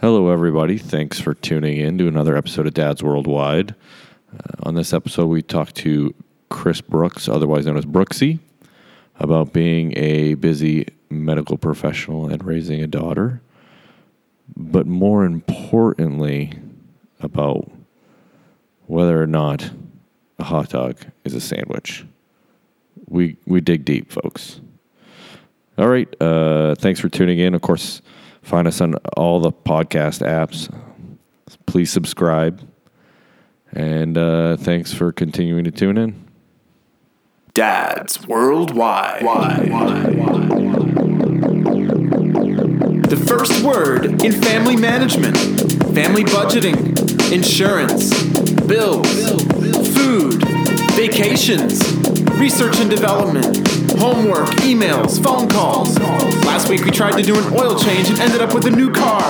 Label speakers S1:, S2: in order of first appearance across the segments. S1: Hello, everybody. Thanks for tuning in to another episode of Dad's Worldwide. Uh, on this episode, we talked to Chris Brooks, otherwise known as Brooksy, about being a busy medical professional and raising a daughter, but more importantly, about whether or not a hot dog is a sandwich. We we dig deep, folks. All right. Uh, thanks for tuning in. Of course, find us on all the podcast apps. Please subscribe. And uh, thanks for continuing to tune in.
S2: Dads worldwide. The first word in family management, family budgeting, insurance, bills, food, vacations, research and development, homework, emails, phone calls. Last week we tried to do an oil change and ended up with a new car.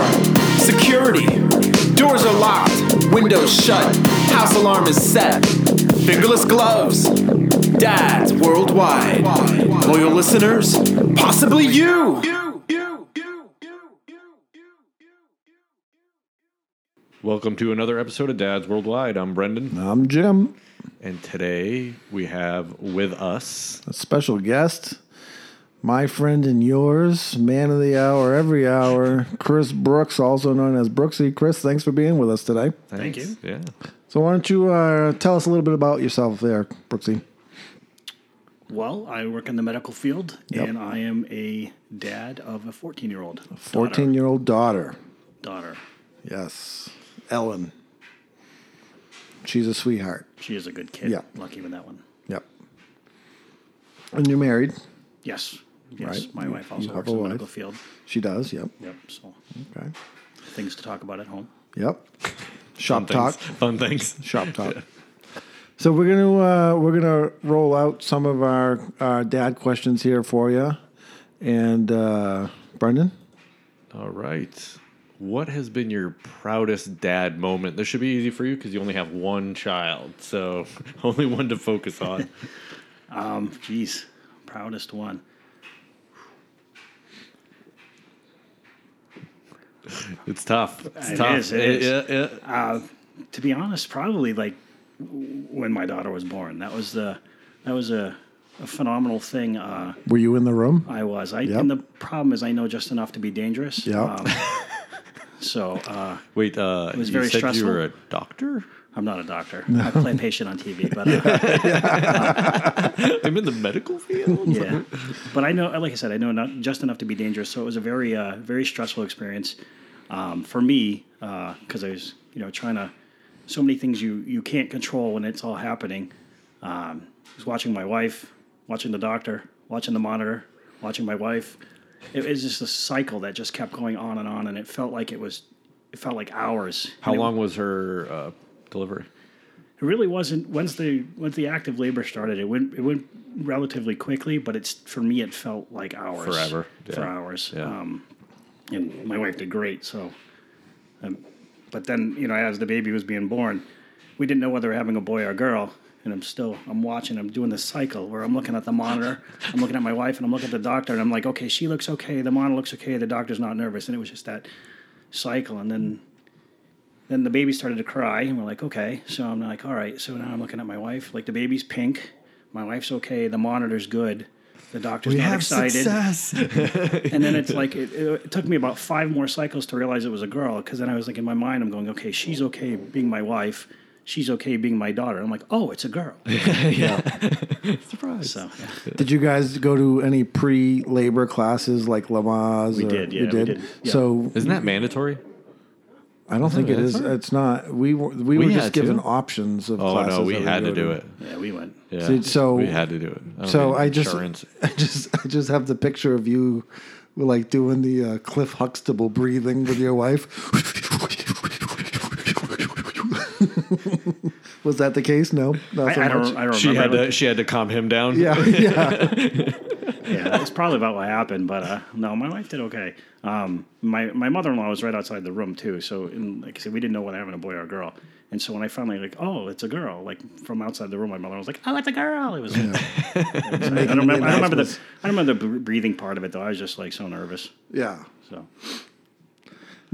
S2: Security. Doors are locked, windows shut, house alarm is set. Fingerless gloves. Dads worldwide. Loyal listeners, possibly you.
S1: Welcome to another episode of Dads Worldwide. I'm Brendan.
S3: I'm Jim,
S1: And today we have with us
S3: a special guest, my friend and yours, man of the hour, every hour, Chris Brooks, also known as Brooksy. Chris, thanks for being with us today.
S1: Thank you. Yeah.
S3: So, why don't you uh, tell us a little bit about yourself there, Brooksy?
S4: Well, I work in the medical field,
S3: Yep.
S4: and I am a dad of a 14 year old
S3: 14 year old daughter.
S4: daughter.
S3: Yes, Ellen. She's a sweetheart.
S4: She is a good kid.
S3: Yeah.
S4: Lucky with that one.
S3: Yep. And you're married.
S4: Yes. Yes.
S3: Right.
S4: My wife also
S3: have
S4: works
S3: a
S4: in the
S3: wife.
S4: medical field.
S3: She does. Yep.
S4: Yep. So
S3: Okay.
S4: things to talk about at home.
S3: Yep. Shop
S1: Thanks.
S3: talk.
S1: Fun things.
S3: Shop Top. So we're gonna uh, we're gonna roll out some of our, our dad questions here for you, and uh, Brendan.
S1: All right. What has been your proudest dad moment? This should be easy for you because you only have one child. So only one to focus on.
S4: Jeez. Proudest one.
S1: It's tough. It's
S4: It
S1: tough.
S4: is, it is.
S1: Yeah, yeah.
S4: To be honest, probably like w- when my daughter was born. That was the that was a, a phenomenal thing. Uh,
S3: Were you in the room?
S4: I was. I
S3: Yep.
S4: and the problem is I know just enough to be dangerous. Um,
S3: Yeah.
S4: so uh,
S1: Wait, uh,
S4: was
S1: you
S4: very
S1: said you
S4: stressful.
S1: were a doctor?
S4: I'm not a doctor. I play patient on TV, but uh,
S1: I'm in the medical field?
S4: yeah but i know like i said i know not just enough to be dangerous so it was a very uh, very stressful experience um, for me because i was you know trying to so many things you you can't control when it's all happening um, I was watching my wife watching the doctor watching the monitor watching my wife it was just a cycle that just kept going on and on and it felt like it was it felt like hours
S1: How
S4: And it-
S1: long was her uh, delivery?
S4: it really wasn't once the once the active labor started it went it went relatively quickly but it's for me it felt like hours
S1: Forever, yeah.
S4: for hours
S1: Yeah.
S4: um and my wife did great so um, but then you know as the baby was being born we didn't know whether we were having a boy or a girl and I'm still I'm watching I'm doing this cycle where I'm looking at the monitor I'm looking at my wife and I'm looking at the doctor and I'm like okay she looks okay the monitor looks okay the doctor's not nervous and it was just that cycle and then then the baby started to cry and we're like okay so i'm like all right so now i'm looking at my wife like the baby's pink my wife's okay the monitor's good the doctor's not excited and then it's like it, it, took me about five more cycles to realize it was a girl because then i was like in my mind i'm going okay she's okay being my wife she's okay being my daughter i'm like oh it's a girl
S1: Surprise.
S4: so
S3: Did you guys go to any pre labor classes like Lamaze? We
S4: did, yeah,
S3: you
S4: we
S3: did.
S4: did, yeah.
S3: So
S1: Isn't that mandatory?
S3: I don't think it is.
S1: that's
S3: It's not. We were
S1: We
S3: we, were
S1: had
S3: just given
S1: to.
S3: options of
S1: Oh,
S3: classes.
S1: no, we
S3: that
S1: had to
S3: go
S1: do it.
S4: yeah we went
S1: Yeah.
S3: So- so-
S1: we had to do it. don't
S3: So
S1: need
S3: I just,
S1: insurance.
S3: I just, I just have the picture of you, like doing the uh, Cliff Huxtable breathing with your wife. Was that the case? No, not
S4: I,
S3: so
S4: I
S3: much.
S4: don't i don't
S1: She had
S4: remember
S1: to she had to calm him down.
S3: Yeah, yeah.
S4: yeah, that's probably about what happened. But uh, no, my wife did okay. Um, my my mother in law was right outside the room too. So and like I said, we didn't know whether having a boy or a girl. And so when I finally like, oh, it's a girl, like from outside the room, my mother was like, oh, it's a girl. It was. it was- I don't remember. I don't remember the. I don't remember the br- breathing part of it though. I was just like so nervous.
S3: yeah.
S4: So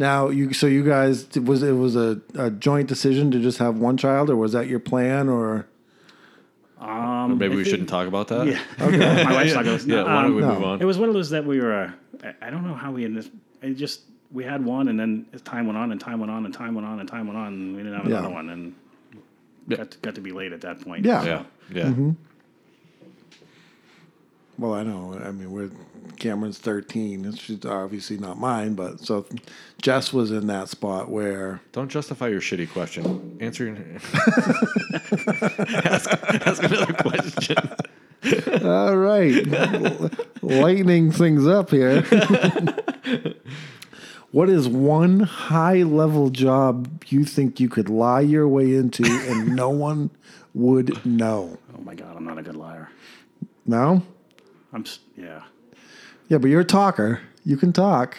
S3: Now, you so you guys it was it was a, a joint decision to just have one child, or was that your plan? Or
S1: Or maybe we shouldn't talk about that.
S4: Yeah. Um, My wife's not Um, going to
S1: Yeah, why don't we
S3: No.
S1: move on?
S4: It was one of those that we were. Uh, I- I don't know how we in this. It just we had one, and then as time went on, and time went on, and time went on, and time went on, and we didn't have another
S3: Yeah.
S4: one, and
S1: Yeah.
S4: got to, got to be late at that point.
S3: Yeah.
S1: yeah, yeah.
S3: well, I know. I mean, we're Cameron's thirteen. and She's obviously not mine, but so Jess was in that spot where
S1: Don't justify your shitty question. Answer your. ask, ask another question.
S3: All right. Lightening things up here. what is one high level job you think you could lie your way into and no one would know?
S4: Oh my God, I'm not a good liar.
S3: No?
S4: I'm. s- Yeah.
S3: Yeah, but you're a talker. You can talk.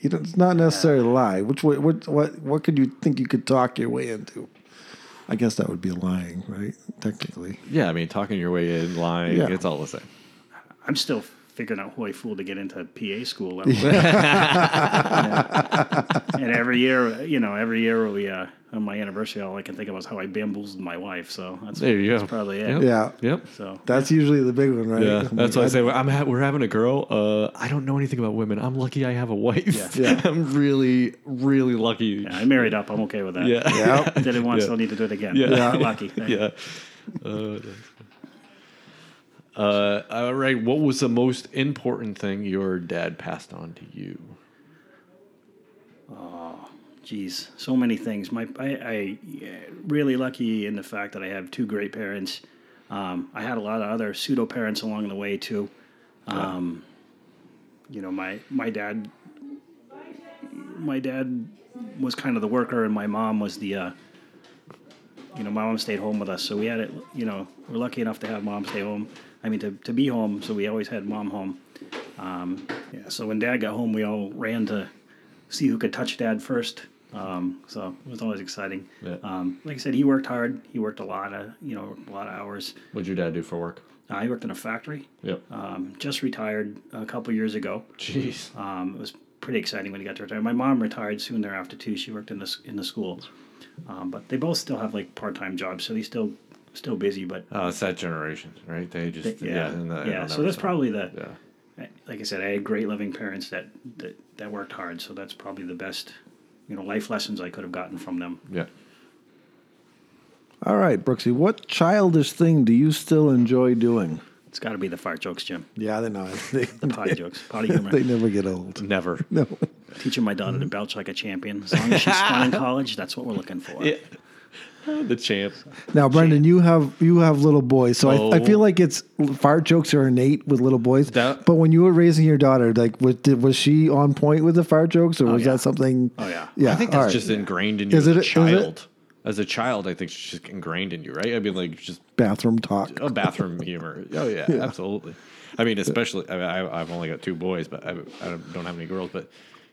S3: You don't, it's not necessarily a lie. Which way, what, what, what could you think you could talk your way into? I guess that would be lying, right? Technically.
S1: Yeah, I mean, talking your way in, lying,
S3: Yeah.
S1: it's all the same.
S4: I'm still figuring out who I fooled to get into PA school. and every year, you know, every year we uh, on my anniversary, all I can think about is how I bamboozled my wife. So that's
S1: There you go.
S4: that's probably it.
S1: Yep.
S3: Yeah.
S1: Yep.
S4: So
S3: That's usually the big one, right?
S1: Yeah,
S3: Oh my
S1: that's why I
S3: God.
S1: say I'm ha- we're having a girl. Uh, I don't know anything about women. I'm lucky I have a wife.
S4: Yeah.
S1: I'm really, really lucky.
S4: yeah, I married up. I'm okay with that.
S1: Yeah.
S3: Yep.
S4: Did it once,
S1: Yeah.
S4: don't need to do it again.
S1: Yeah. Yeah.
S4: Lucky.
S1: yeah. Uh, uh, all right. What was the most important thing your dad passed on to you?
S4: Jeez, so many things. My, I, I yeah, really lucky in the fact that I have two great parents. Um, I had a lot of other pseudo parents along the way too. Um, You know, my my dad, my dad was kind of the worker, and my mom was the. Uh, you know, my mom stayed home with us, so we had it. You know, we're lucky enough to have mom stay home. I mean, to, to be home, so we always had mom home. Um, yeah, so when dad got home, we all ran to see who could touch dad first. Um, so it was always exciting.
S1: Yeah.
S4: Um, like I said, he worked hard. He worked a lot of you know a lot of hours.
S1: What'd your dad do for work?
S4: Uh, he worked in a factory.
S1: Yep.
S4: Um, just retired a couple years ago.
S1: Jeez.
S4: Um, it was pretty exciting when he got to retire. My mom retired soon thereafter too. She worked in the s- in the school, um, but they both still have like part time jobs, so they still still busy. But
S1: Uh, it's that generation, right? They just
S4: yeah,
S1: yeah,
S4: yeah.
S1: and I don't
S4: so
S1: ever
S4: that's
S1: saw-
S4: probably the
S1: yeah.
S4: like I said. I had great loving parents that, that that worked hard, so that's probably the best you know life lessons I could have gotten from them.
S1: Yeah.
S3: All right, Brooksy, what childish thing do you still enjoy doing?
S4: It's got to be the fart jokes, Jim.
S3: Yeah, they're not. They,
S4: The potty jokes, potty humor.
S3: they never get old.
S1: Never.
S3: No.
S4: Teaching my daughter to
S1: Mm-hmm.
S4: belch like a champion. As long as she's fun in college, that's what we're looking for.
S1: Yeah. the champ.
S3: Now, Brendan, you have you have little boys, so I, I
S1: Oh.
S3: feel like it's fart jokes are innate with little boys.
S1: That-
S3: but when you were raising your daughter, like, was, did, was she on point with the fart jokes, or was
S4: yeah.
S3: that something?
S4: Oh, yeah.
S3: yeah.
S1: I think
S3: all
S1: that's
S3: right.
S1: just ingrained in you
S3: Is
S1: as
S3: it-
S1: a
S3: is it-
S1: child. As a child, I think it's just ingrained in you, right? I mean, like just
S3: bathroom talk.
S1: a bathroom humor. Oh yeah, absolutely. I mean, especially I, mean, I, I've only got two boys, but I, I don't have any girls, but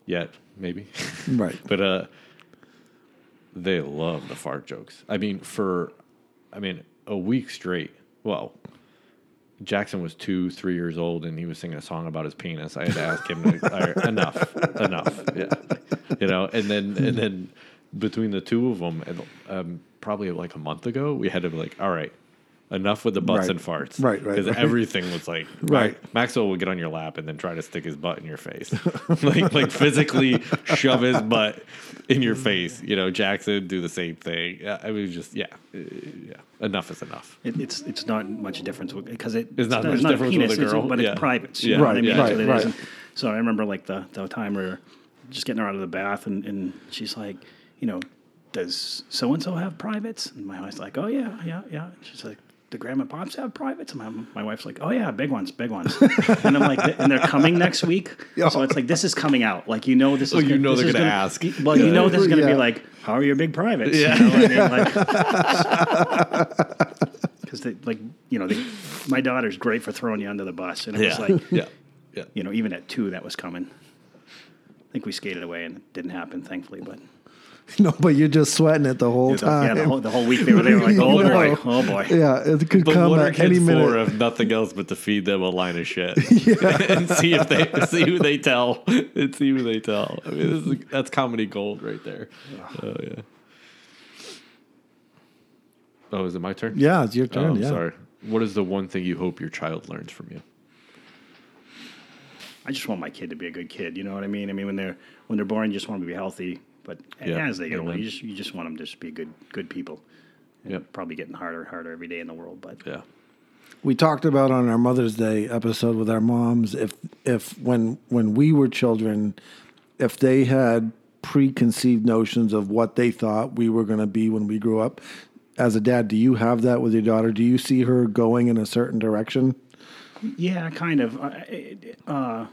S1: yet maybe.
S3: Right.
S1: but uh, they love the fart jokes. I mean, for I mean a week straight. Well, Jackson was two, three years old, and he was singing a song about his penis. I had to ask him to, "All right, enough, enough, yeah. you know. And then, and then between the two of them, and, um, probably like a month ago, we had to be like, all right, enough with the butts
S3: Right.
S1: and farts,
S3: Right, right,
S1: Because
S3: right.
S1: everything was like,
S3: Right.
S1: Ma- Maxwell would get on your lap and then try to stick his butt in your face, like like physically shove his butt in your face. You know, Jackson do the same thing. Yeah, I mean, just yeah, uh, yeah. Enough is enough.
S4: It, it's it's not much difference because it,
S1: It's not
S4: there's
S1: much difference
S4: penis,
S1: with a
S4: it's-
S1: girl,
S4: but
S1: yeah.
S4: it's private.
S1: Yeah,
S4: You know what I mean?
S1: yeah,
S4: That's
S3: right,
S4: what it
S3: right.
S4: is. And So I remember like the the time we were just getting her out of the bath, and, and she's like, you know, does so and so have privates? And my wife's like, oh yeah, yeah, yeah. And she's like. Do grandma and pops have privates? And my, my wife's like, oh yeah, big ones, big ones. and I'm like, and they're coming next week. So it's like, this is coming out. Like, you know, this is
S1: Oh, you
S4: gonna-
S1: know
S4: this
S1: they're
S4: is
S1: gonna
S4: gonna-
S1: ask.
S4: Well, you know, this is going to
S3: Yeah.
S4: be like, how are your big privates?
S1: Yeah.
S4: You know what I mean? Like, because they like you know they, my daughter's great for throwing you under the bus and it was like
S1: yeah, yeah.
S4: you know even at two that was coming i think we skated away and it didn't happen thankfully but
S3: No, but you're just sweating it the whole time.
S4: yeah, the whole, the whole week they were there. Like, oh boy, oh boy.
S3: Yeah, it could
S1: But
S3: come
S1: what are
S3: at any
S1: kids
S3: minute.
S1: for if nothing else but to feed them a line of shit and see if they see who they tell and see who they tell? I mean, this is, that's comedy gold right there. Oh yeah. Oh, is it my turn?
S3: yeah, it's your
S1: Oh,
S3: turn.
S1: I'm
S3: yeah.
S1: sorry. What is the one thing you hope your child learns from you?
S4: I just want my kid to be a good kid. You know what I mean? I mean, when they're when they're born, you just want them to be healthy. But
S1: Yeah,
S4: as they get older,
S1: amen.
S4: you just you just want them to just be good good people.
S1: Yeah.
S4: Probably getting harder and harder every day in the world, but
S1: Yeah.
S3: we talked about on our Mother's Day episode with our moms if if when when we were children, if they had preconceived notions of what they thought we were going to be when we grew up. As a dad, do you have that with your daughter? Do you see her going in a certain direction?
S4: Yeah, kind of. Uh, it- uh,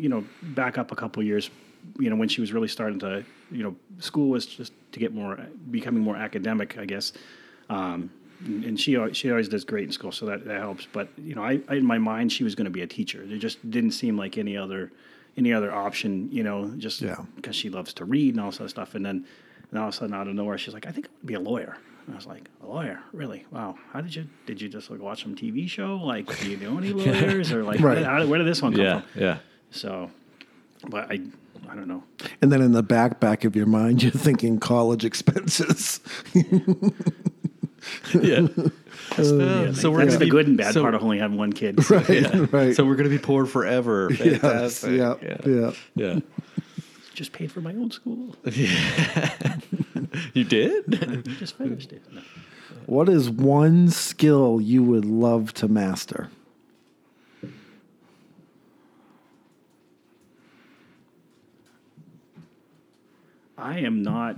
S4: you know, back up a couple years. You know, when she was really starting to, you know, school was just to get more, becoming more academic, I guess. Um, and and she al- she always does great in school, so that, that helps. But you know, I, I in my mind she was going to be a teacher. It just didn't seem like any other any other option. You know, just
S3: Yeah.
S4: because she loves to read and all this other stuff. And then, and all of a sudden, out of nowhere, she's like, "I think I want to be a lawyer." And I was like, "A lawyer? Really? Wow! How did you did you just like watch some TV show? Like, do you know any lawyers or like
S3: Right.
S4: how, where did this one come
S1: Yeah.
S4: from?"
S1: Yeah.
S4: So, but I I don't know.
S3: And then in the back back of your mind, you're thinking college expenses.
S1: Yeah.
S4: So
S3: Oh,
S1: so
S4: we're
S1: we're
S4: that's
S1: gonna
S4: the
S1: be
S4: good and bad
S1: so-
S4: part of only having one kid. So,
S1: Yeah.
S3: right.
S1: So we're gonna be poor forever.
S3: yes,
S1: Fantastic.
S3: yeah, yeah.
S1: Yeah.
S4: Just paid for my old school.
S1: You did?
S4: We just finished it. No.
S3: What is one skill you would love to master?
S4: I am not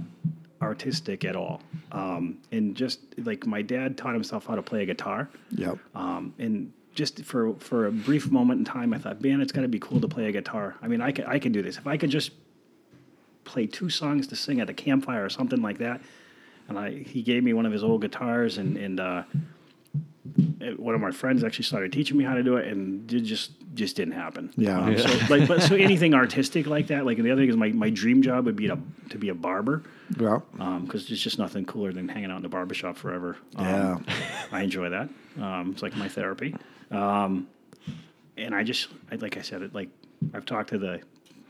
S4: artistic at all. Um, and just like my dad taught himself how to play a guitar.
S3: Yep.
S4: Um, and just for for a brief moment in time, I thought, man, it's got to be cool to play a guitar. I mean, I could I could do this if I could just play two songs to sing at a campfire or something like that. And I he gave me one of his old guitars, and and uh, eh, one of my friends actually started teaching me how to do it, and it just just didn't happen.
S3: Yeah.
S4: Um, So like, but so anything artistic like that, like and the other thing is my, my dream job would be to to be a barber
S3: Yeah.
S4: because Um, there's just nothing cooler than hanging out in the barbershop forever. Um,
S3: Yeah.
S4: I enjoy that. Um, it's like my therapy. Um, and I just, I, like I said, it like I've talked to the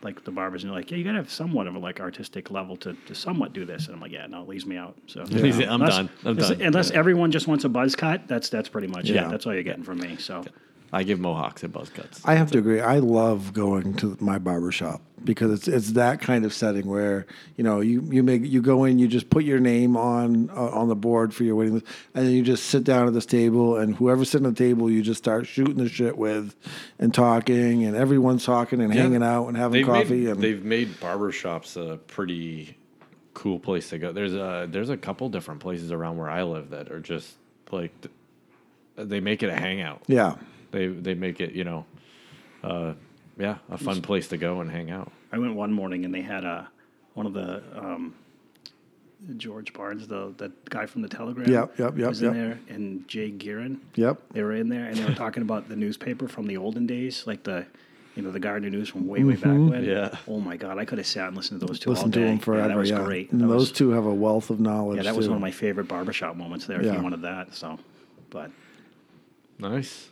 S4: like the barbers and they're like, yeah, you gotta have somewhat of a like artistic level to, to somewhat do this. And I'm like, yeah, no, it leaves me out. So
S1: He's- I'm
S4: Unless-
S1: done. I'm
S4: unless-
S1: done.
S4: Unless everyone just wants a buzz cut, that's that's pretty much
S1: Yeah.
S4: it. That's all you're getting from me. So
S1: I give mohawks and buzz cuts.
S3: I have to agree. I love going to my barber shop because it's it's that kind of setting where you know you you make you go in, you just put your name on uh, on the board for your waiting list, and then you just sit down at this table, and whoever's sitting at the table, you just start shooting the shit with, and talking, and everyone's talking and hanging out and having
S1: They've
S3: coffee,
S1: made,
S3: and
S1: they've made barbershops a pretty cool place to go. There's a there's a couple different places around where I live that are just like th- they make it a hangout.
S3: yeah,
S1: They they make it, you know, uh, yeah, a fun place to go and hang out.
S4: I went one morning and they had a one of the um, George Barnes, the that guy from the Telegram,
S3: Yep, yep, yep,
S4: was
S3: yep.
S4: in there, and Jay Gearin,
S3: Yep.
S4: they were in there and they were talking about the newspaper from the olden days, like the you know the Gardner News from way way back when.
S1: yeah.
S4: Oh my God, I could have sat and listened to those two all
S3: Mm-hmm. listen to
S4: day.
S3: them forever.
S4: Yeah,
S3: Yeah,
S4: that was great.
S3: And
S4: That
S3: those
S4: was-
S3: two have a wealth of knowledge.
S4: Yeah, that was
S3: too.
S4: one of my favorite barbershop moments there. If
S3: Yeah.
S4: you wanted that, so, but
S1: Nice.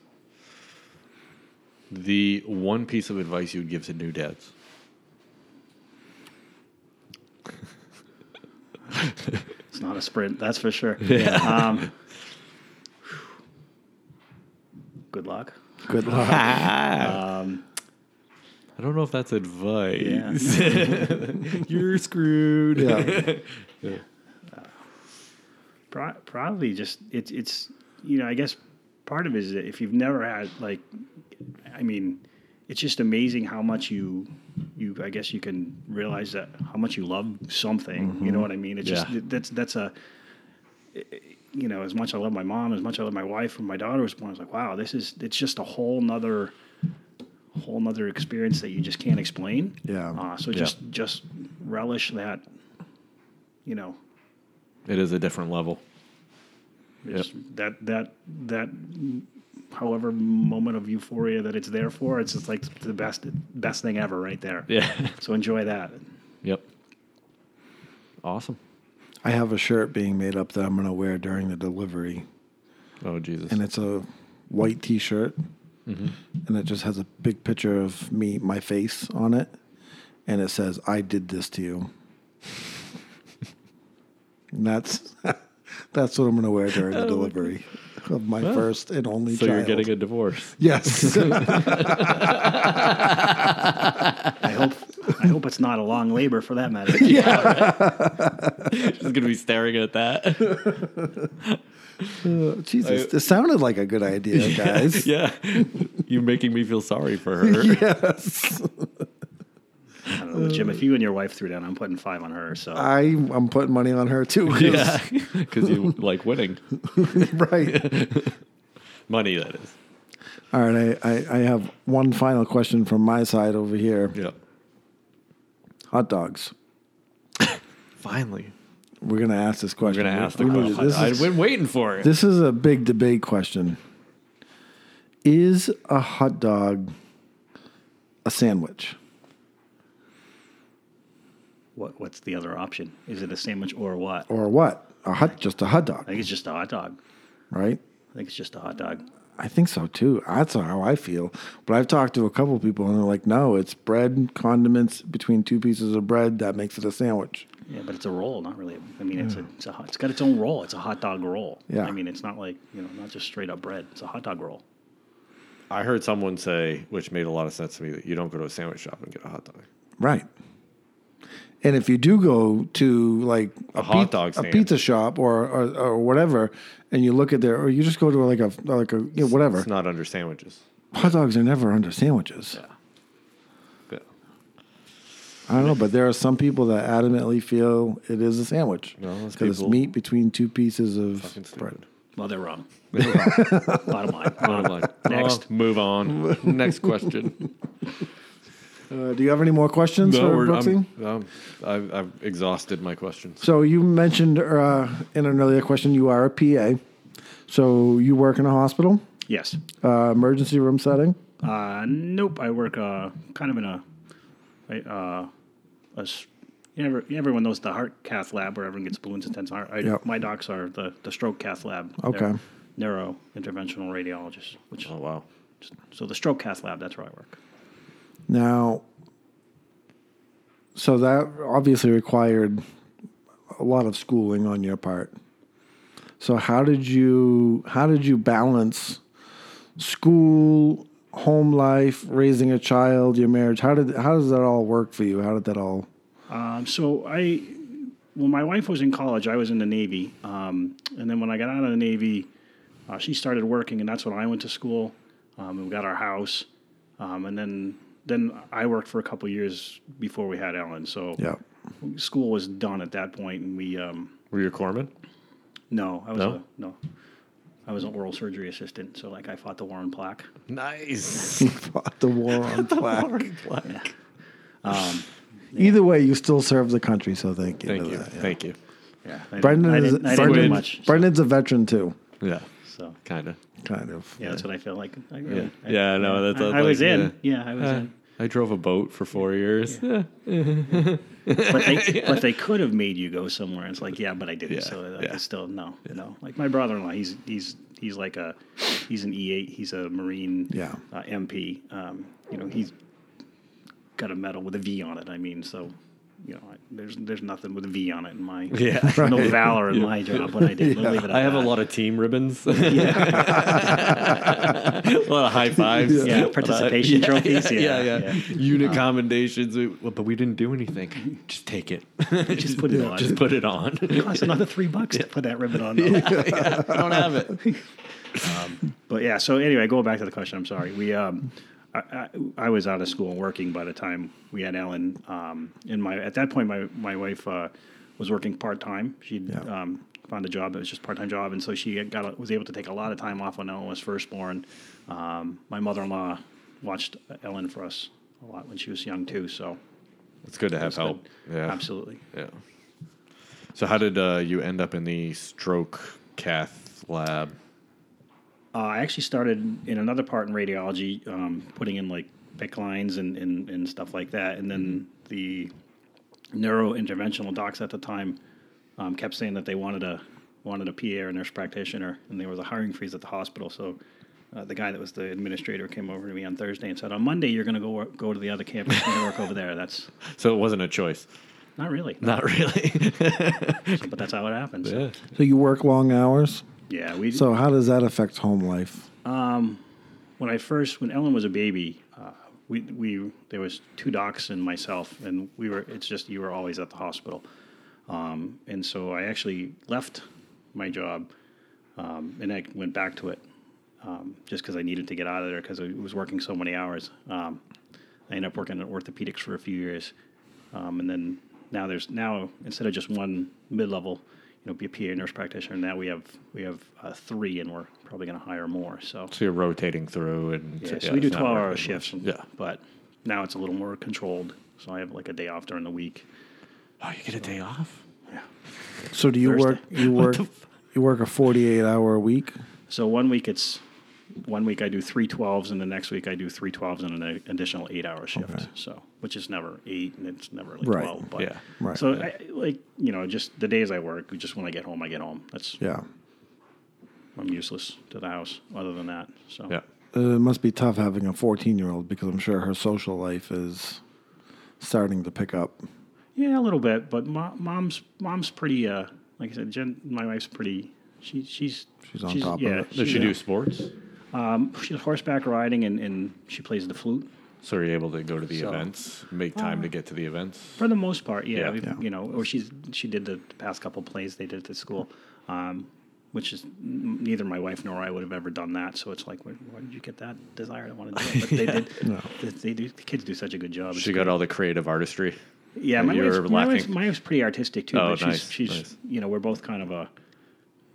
S1: The one piece of advice you would give to new dads.
S4: It's not a sprint, that's for sure. Yeah. Um, good luck.
S3: good luck.
S1: I don't know if that's advice.
S4: Yeah.
S1: You're screwed.
S3: yeah,
S4: Pro- probably just it's it's you know I guess part of it is that if you've never had like I mean it's just amazing how much you you I guess you can realize that how much you love something you know what I mean it's just
S1: Mm-hmm. Yeah.
S4: that's that's a you know as much I love my mom as much I love my wife when my daughter was born I was like wow this is it's just a whole nother whole nother experience that you just can't explain
S3: Yeah.
S4: uh, so
S1: Yeah.
S4: just just relish that you know
S1: It is a different level.
S4: It's that that that however moment of euphoria that it's there for, it's just like the best best thing ever right there.
S1: Yeah.
S4: So enjoy that.
S1: Yep. Awesome.
S3: I have a shirt being made up that I'm going to wear during the delivery,
S1: Oh Jesus.
S3: and it's a white T-shirt,
S1: Mm-hmm.
S3: and it just has a big picture of me, my face on it, and it says, "I did this to you." and that's that's what I'm going to wear
S1: Oh
S3: during the delivery of my first and only.
S1: so you're
S3: child.
S1: getting a divorce.
S3: yes.
S4: I hope I hope it's not a long labor for that matter.
S1: Just gonna be staring at that.
S3: Jesus, this sounded like a good idea, guys.
S1: yeah. You're making me feel sorry for her.
S3: Yes.
S4: I don't know, Jim, if you and your wife threw down, I'm putting five on her. So
S3: I I'm putting money on her too. 'cause-
S1: Yeah. Because you like winning.
S3: right.
S1: Money that is.
S3: All right. I, I I have one final question from my side over here.
S1: Yeah.
S3: Hot dogs.
S1: Finally.
S3: We're gonna ask this question.
S1: I'm gonna ask the
S3: We- we need-
S1: question. I've
S3: This is,
S1: been waiting for it.
S3: this is a big debate question. Is a hot dog a sandwich?
S4: what what's the other option? Is it a sandwich or what? I
S3: Or what? A hot just a hot dog,
S4: think it's just a hot dog.
S3: right?
S4: I think it's just a hot dog.
S3: I think so too. That's how I feel. But I've talked to a couple people and they're like, no, it's bread, condiments between two pieces of bread. That makes it a sandwich.
S4: Yeah, but it's a roll, not really. I mean, it's a it's a hot, it's got its own roll. It's a hot dog roll.
S3: Yeah.
S4: I mean, it's not like you know, not just straight up bread. It's a hot dog roll.
S1: I heard someone say, which made a lot of sense to me, that you don't go to a sandwich shop and get a hot dog.
S3: Right. And if you do go to like a,
S1: hot
S3: pizza,
S1: dog
S3: a
S1: stand.
S3: pizza shop or, or or whatever, and you look at there, or you just go to like a like a you know, whatever,
S1: It's not under sandwiches.
S3: hot dogs are never under sandwiches.
S1: Yeah.
S3: I don't know, but there are some people that adamantly feel it is a sandwich
S1: No, those
S3: it's
S1: people-
S3: meat between two pieces of
S1: Fucking stupid.
S3: bread.
S4: Well, they're wrong. Bottom line.
S1: Bottom line.
S4: Next.
S1: Oh, move on. Next question.
S3: Uh, do you have any more questions
S1: no,
S3: for
S1: we're,
S3: Brooksy?
S1: I'm, um, I've, I've exhausted my questions.
S3: So you mentioned uh, in an earlier question you are a PA, so you work in a hospital,
S4: Yes.
S3: uh, emergency room setting.
S4: Uh, nope. I work uh, kind of in a, I, uh, a s- you ever, you- everyone knows the heart cath lab where everyone gets balloons and tens heart. I,
S3: Yep.
S4: My docs are the, the stroke cath lab.
S3: Okay.
S4: They're neuro interventional radiologists. Which
S1: Oh, wow.
S4: so the stroke cath lab. That's where I work.
S3: Now, so that obviously required a lot of schooling on your part. So how did you how did you balance school, home life, raising a child, your marriage? How did how does that all work for you? How did that all?
S4: Um, so I, when my wife was in college, I was in the Navy, um, and then when I got out of the Navy, uh, she started working, and that's when I went to school. Um, and we got our house, um, and then then I worked for a couple years before we had Ellen. So school was done at that point, and we um,
S1: Were you a corpsman?
S4: no, I was
S1: No?
S4: A, no, I was an oral surgery assistant. So like I fought the war on plaque.
S1: Nice.
S3: Fought the war on plaque.
S1: Black.
S3: Either way, you still serve the country, so thank you.
S1: Thank
S3: for
S1: you.
S3: that, yeah.
S1: Thank you.
S4: Yeah, I
S3: Brendan
S4: didn't, I
S3: is
S4: didn't, I didn't do
S3: Brendan-
S4: much. So,
S3: Brendan's a veteran too,
S1: Yeah.
S4: so,
S1: Kind of.
S3: kind of.
S4: yeah, that's what I feel like. I
S1: Yeah.
S4: really, I-
S1: yeah. No, that's.
S4: I,
S1: that's
S4: I was
S1: like, Uh,
S4: in. Yeah, I was
S1: yeah.
S4: in.
S1: I drove a boat for four years. Yeah.
S4: but they but they could have made you go somewhere. It's like yeah, but I didn't.
S1: Yeah,
S4: so I
S1: yeah.
S4: still no, no. Like my brother-in-law, he's he's he's like a he's an E eight. He's a Marine.
S3: Yeah.
S4: Uh, MP. Um, you know he's got a medal with a V on it. I mean, so you know I, there's there's nothing with a V on it in my
S1: Yeah.
S4: no valor in my job. But I did. We'll leave it at
S1: I have a
S4: that.
S1: lot of team ribbons. a lot of high fives.
S4: Yeah,
S1: A lot-
S4: participation
S1: yeah,
S4: trophies,
S1: Yeah,
S4: yeah,
S1: yeah.
S4: yeah.
S1: Unit commendations. We- well, but we didn't do anything. Just take it.
S4: Just put it on.
S1: Just put it on.
S4: It costs another three bucks to put that ribbon on. though.
S1: I don't have it.
S4: Um, But yeah, so anyway, going back to the question, I'm sorry. We, um, I, I, I was out of school and working by the time we had Ellen. Um, and my at that point, my my wife uh, was working part time. She
S3: Yeah.
S4: would um, found a job that was just part time job, and so she got a- was able to take a lot of time off when Ellen was first born. Um, my mother in law watched Ellen for us a lot when she was young too. So
S1: It's good to have help. Yeah.
S4: absolutely.
S1: Yeah. So how did uh, you end up in the stroke cath lab?
S4: Uh, I actually started in another part in radiology, E um, putting in like PIC lines and, and, and stuff like that. And then the neurointerventional docs at the time um, kept saying that they wanted a wanted a PA or nurse practitioner, and there was a hiring freeze at the hospital. So uh, the guy that was the administrator came over to me on Thursday and said, "On Monday, you're going to go wor- go to the other campus and work over there." That's
S1: So it wasn't a choice.
S4: not really,
S1: Not really.
S4: but that's how it happens. Yeah,
S3: So you work long hours.
S4: we
S3: So how does that affect home life?
S4: when I first when Ellen was a baby, uh, we we there was two docs and myself, and we were. It's just you were always at the hospital, um, and so I actually left my job, um, and I went back to it, um, just because I needed to get out of there because I was working so many hours. Um, I ended up working at orthopedics for a few years, um, and then now there's now instead of just one mid level. You know, be a PA nurse practitioner. Now we have we have uh, three, and we're probably going to hire more. So
S1: so you're rotating through, and
S4: yeah, so we do
S1: it's not
S4: 12 hour
S1: working.
S4: shifts.
S1: Yeah.
S4: But now it's a little more controlled. So I have like a day off during the week.
S1: Oh, you get a day off.
S3: So do you
S4: Thursday.
S3: work? You work? You work a forty-eight hour week.
S4: So one week it's one week I do three 12s and the next week I do three 12s and an additional eight hour shift. So, which is never eight and it's never like
S3: Right.
S4: 12. But
S1: Yeah.
S3: Right.
S4: So I, like, you know, just the days I work, just when I get home, I get home. That's,
S3: Yeah,
S4: I'm useless to the house other than that. So
S1: Yeah.
S3: Uh, it must be tough having a fourteen-year-old because I'm sure her social life is starting to pick up.
S4: Yeah, a little bit, but mo- mom's mom's pretty. Uh, like I said, Jen, my wife's pretty. She she's
S3: She's on top of
S4: yeah,
S3: it.
S1: Does she
S4: she's-
S1: do sports?
S4: Um, she does horseback riding and, and she plays the flute
S1: So uh, you're able to go to the
S4: So-
S1: events, make time to get to the events.
S4: for the most part. Yeah,
S1: Yeah.
S4: we've-
S1: Yeah.
S4: you know, or she's she did the past couple plays they did at the school, um, which is n- neither my wife nor I would have ever done that. So it's like, where, where did you get that desire to want to do it? But they did. they, they do, the kids do such a good job. It's
S1: She got all the creative artistry.
S4: Yeah,
S1: that
S4: my
S1: you
S4: wife's,
S1: were
S4: my, wife's,
S1: laughing?
S4: my wife's pretty artistic too.
S1: Oh,
S4: but she's,
S1: nice,
S4: she's
S1: nice.
S4: you know, we're both kind of a,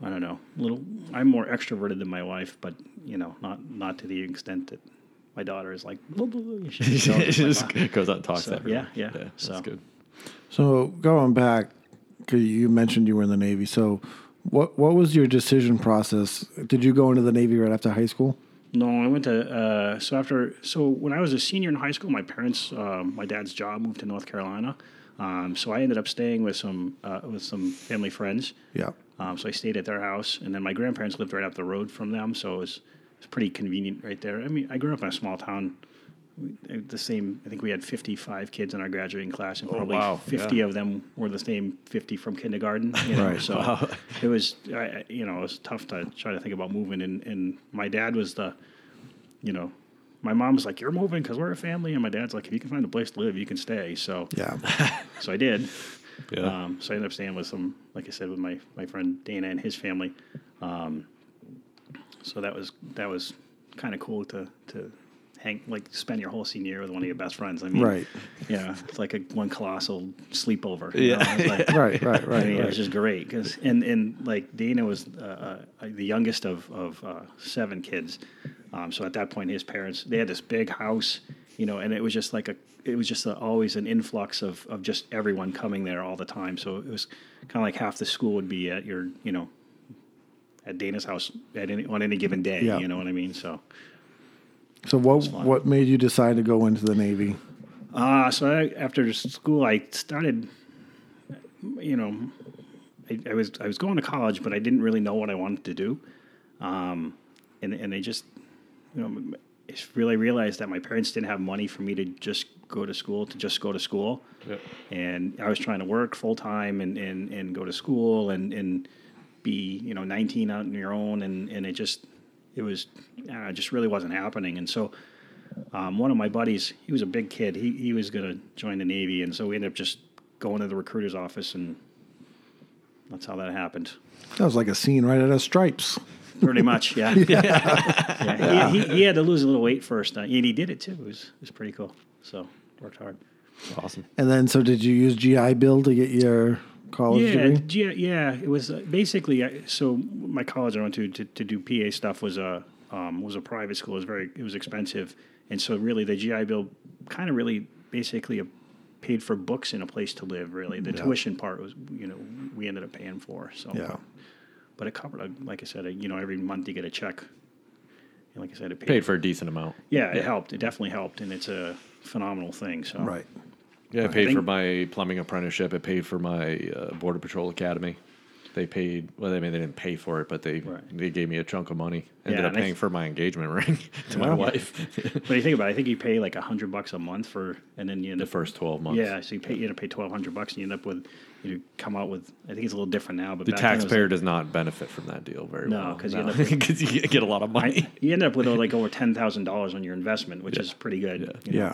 S4: I don't know, little. I'm more extroverted than my wife, but you know, not not to the extent that my daughter is like. blah, blah, blah,
S1: she
S4: she just goes, like,
S1: just
S4: "Wow."
S1: goes out and talks
S4: So,
S1: to everyone.
S4: yeah, yeah,
S1: that's
S4: so.
S1: good.
S3: So going back, 'cause you mentioned you were in the Navy. So what what was your decision process? Did you go into the Navy right after high school?
S4: No, I went to uh, so after so when I was a senior in high school, my parents, um, my dad's job moved to North Carolina, um, so I ended up staying with some uh, with some family friends.
S3: Yeah.
S4: Um, so I stayed at their house, and then my grandparents lived right up the road from them, so it was, it was pretty convenient right there. I mean, I grew up in a small town. We- eh, The same, I think we had 55 kids in our graduating class,
S3: Oh,
S4: and probably
S1: wow,
S4: 50 of them were the same 50 from kindergarten. You know?
S3: Right.
S4: So it was, I- I, you know, it was tough to try to think about moving. And, and my dad was the, you know, my mom's like, "You're moving because we're a family," and my dad's like, "If you can find a place to live, you can stay." So
S3: Yeah.
S4: so I did.
S1: Yeah.
S4: Um, so I ended up staying with some, like I said, with my, my friend Dana and his family. Um, so that was that was kind of cool to to hang like spend your whole senior year with one of your best friends. I mean,
S3: Right.
S4: Yeah, it's like a one colossal sleepover.
S1: Yeah.
S4: it's like-
S3: Right. Right.
S4: I mean,
S3: Right.
S4: it was
S3: right.
S4: just great because and and like Dana was uh, uh, the youngest of of uh, seven kids, um, so at that point his parents they had this big house, you know, and it was just like a it was just a, always an influx of of just everyone coming there all the time. So it was kind of like half the school would be at your you know at Dana's house at any on any given day.
S3: Yeah.
S4: You know what I mean? So.
S3: So what what made you decide to go into the Navy?
S4: Uh, so I, after school, I started, you know, I, I was I was going to college, but I didn't really know what I wanted to do, um, and and I just, you know, m- just really realized that my parents didn't have money for me to just go to school to just go to school,
S1: Yep.
S4: and I was trying to work full time and, and and go to school and and be you know 19 out on your own, and and it just it was uh, just really wasn't happening, and so um, one of my buddies, he was a big kid. He he was gonna join the Navy, and so we ended up just going to the recruiter's office, and that's how that happened.
S3: That was like a scene right out of Stripes.
S4: Pretty much, yeah. yeah. He, he, he had to lose a little weight first, uh, and he did it too. It was it was pretty cool. So worked hard.
S1: Awesome.
S3: And then, so did you use GI Bill to get your college
S4: yeah,
S3: degree?
S4: Yeah, yeah. It was uh, basically I, so my college I went to to, to do PA stuff was a um, was a private school. It was very it was expensive, and so really the GI Bill kind of really basically uh paid for books and a place to live. Really, the tuition part was you know we ended up paying for. So
S3: Yeah.
S4: but it covered uh, like I said, uh, you know every month you get a check. And like I said, it paid.
S1: Paid for a decent amount.
S4: Yeah, it helped. It definitely helped, and it's a phenomenal thing. So
S3: Right.
S1: Yeah, I
S4: I
S1: paid for
S4: think-
S1: my plumbing apprenticeship. It paid for my uh, border patrol academy. They paid. Well, I mean, they didn't pay for it, but they
S4: Right.
S1: they gave me a chunk of money. Ended
S4: Yeah,
S1: up
S4: and I
S1: paying
S4: th-
S1: for my engagement ring to my wife.
S4: But you think about it, I think you pay like a hundred bucks a month for, and then you end
S1: the
S4: up
S1: first twelve months.
S4: yeah, so you pay you end up pay twelve hundred bucks, and you end up with you come out with. I think it's a little different now, but
S1: The
S4: back then it was, like,
S1: taxpayer does not benefit from that deal very
S4: No,
S1: well.
S4: 'cause you end up with-
S1: because you get a lot of money.
S4: I, you end up with uh, like over ten thousand dollars on your investment, which is pretty good. you know.
S3: Yeah.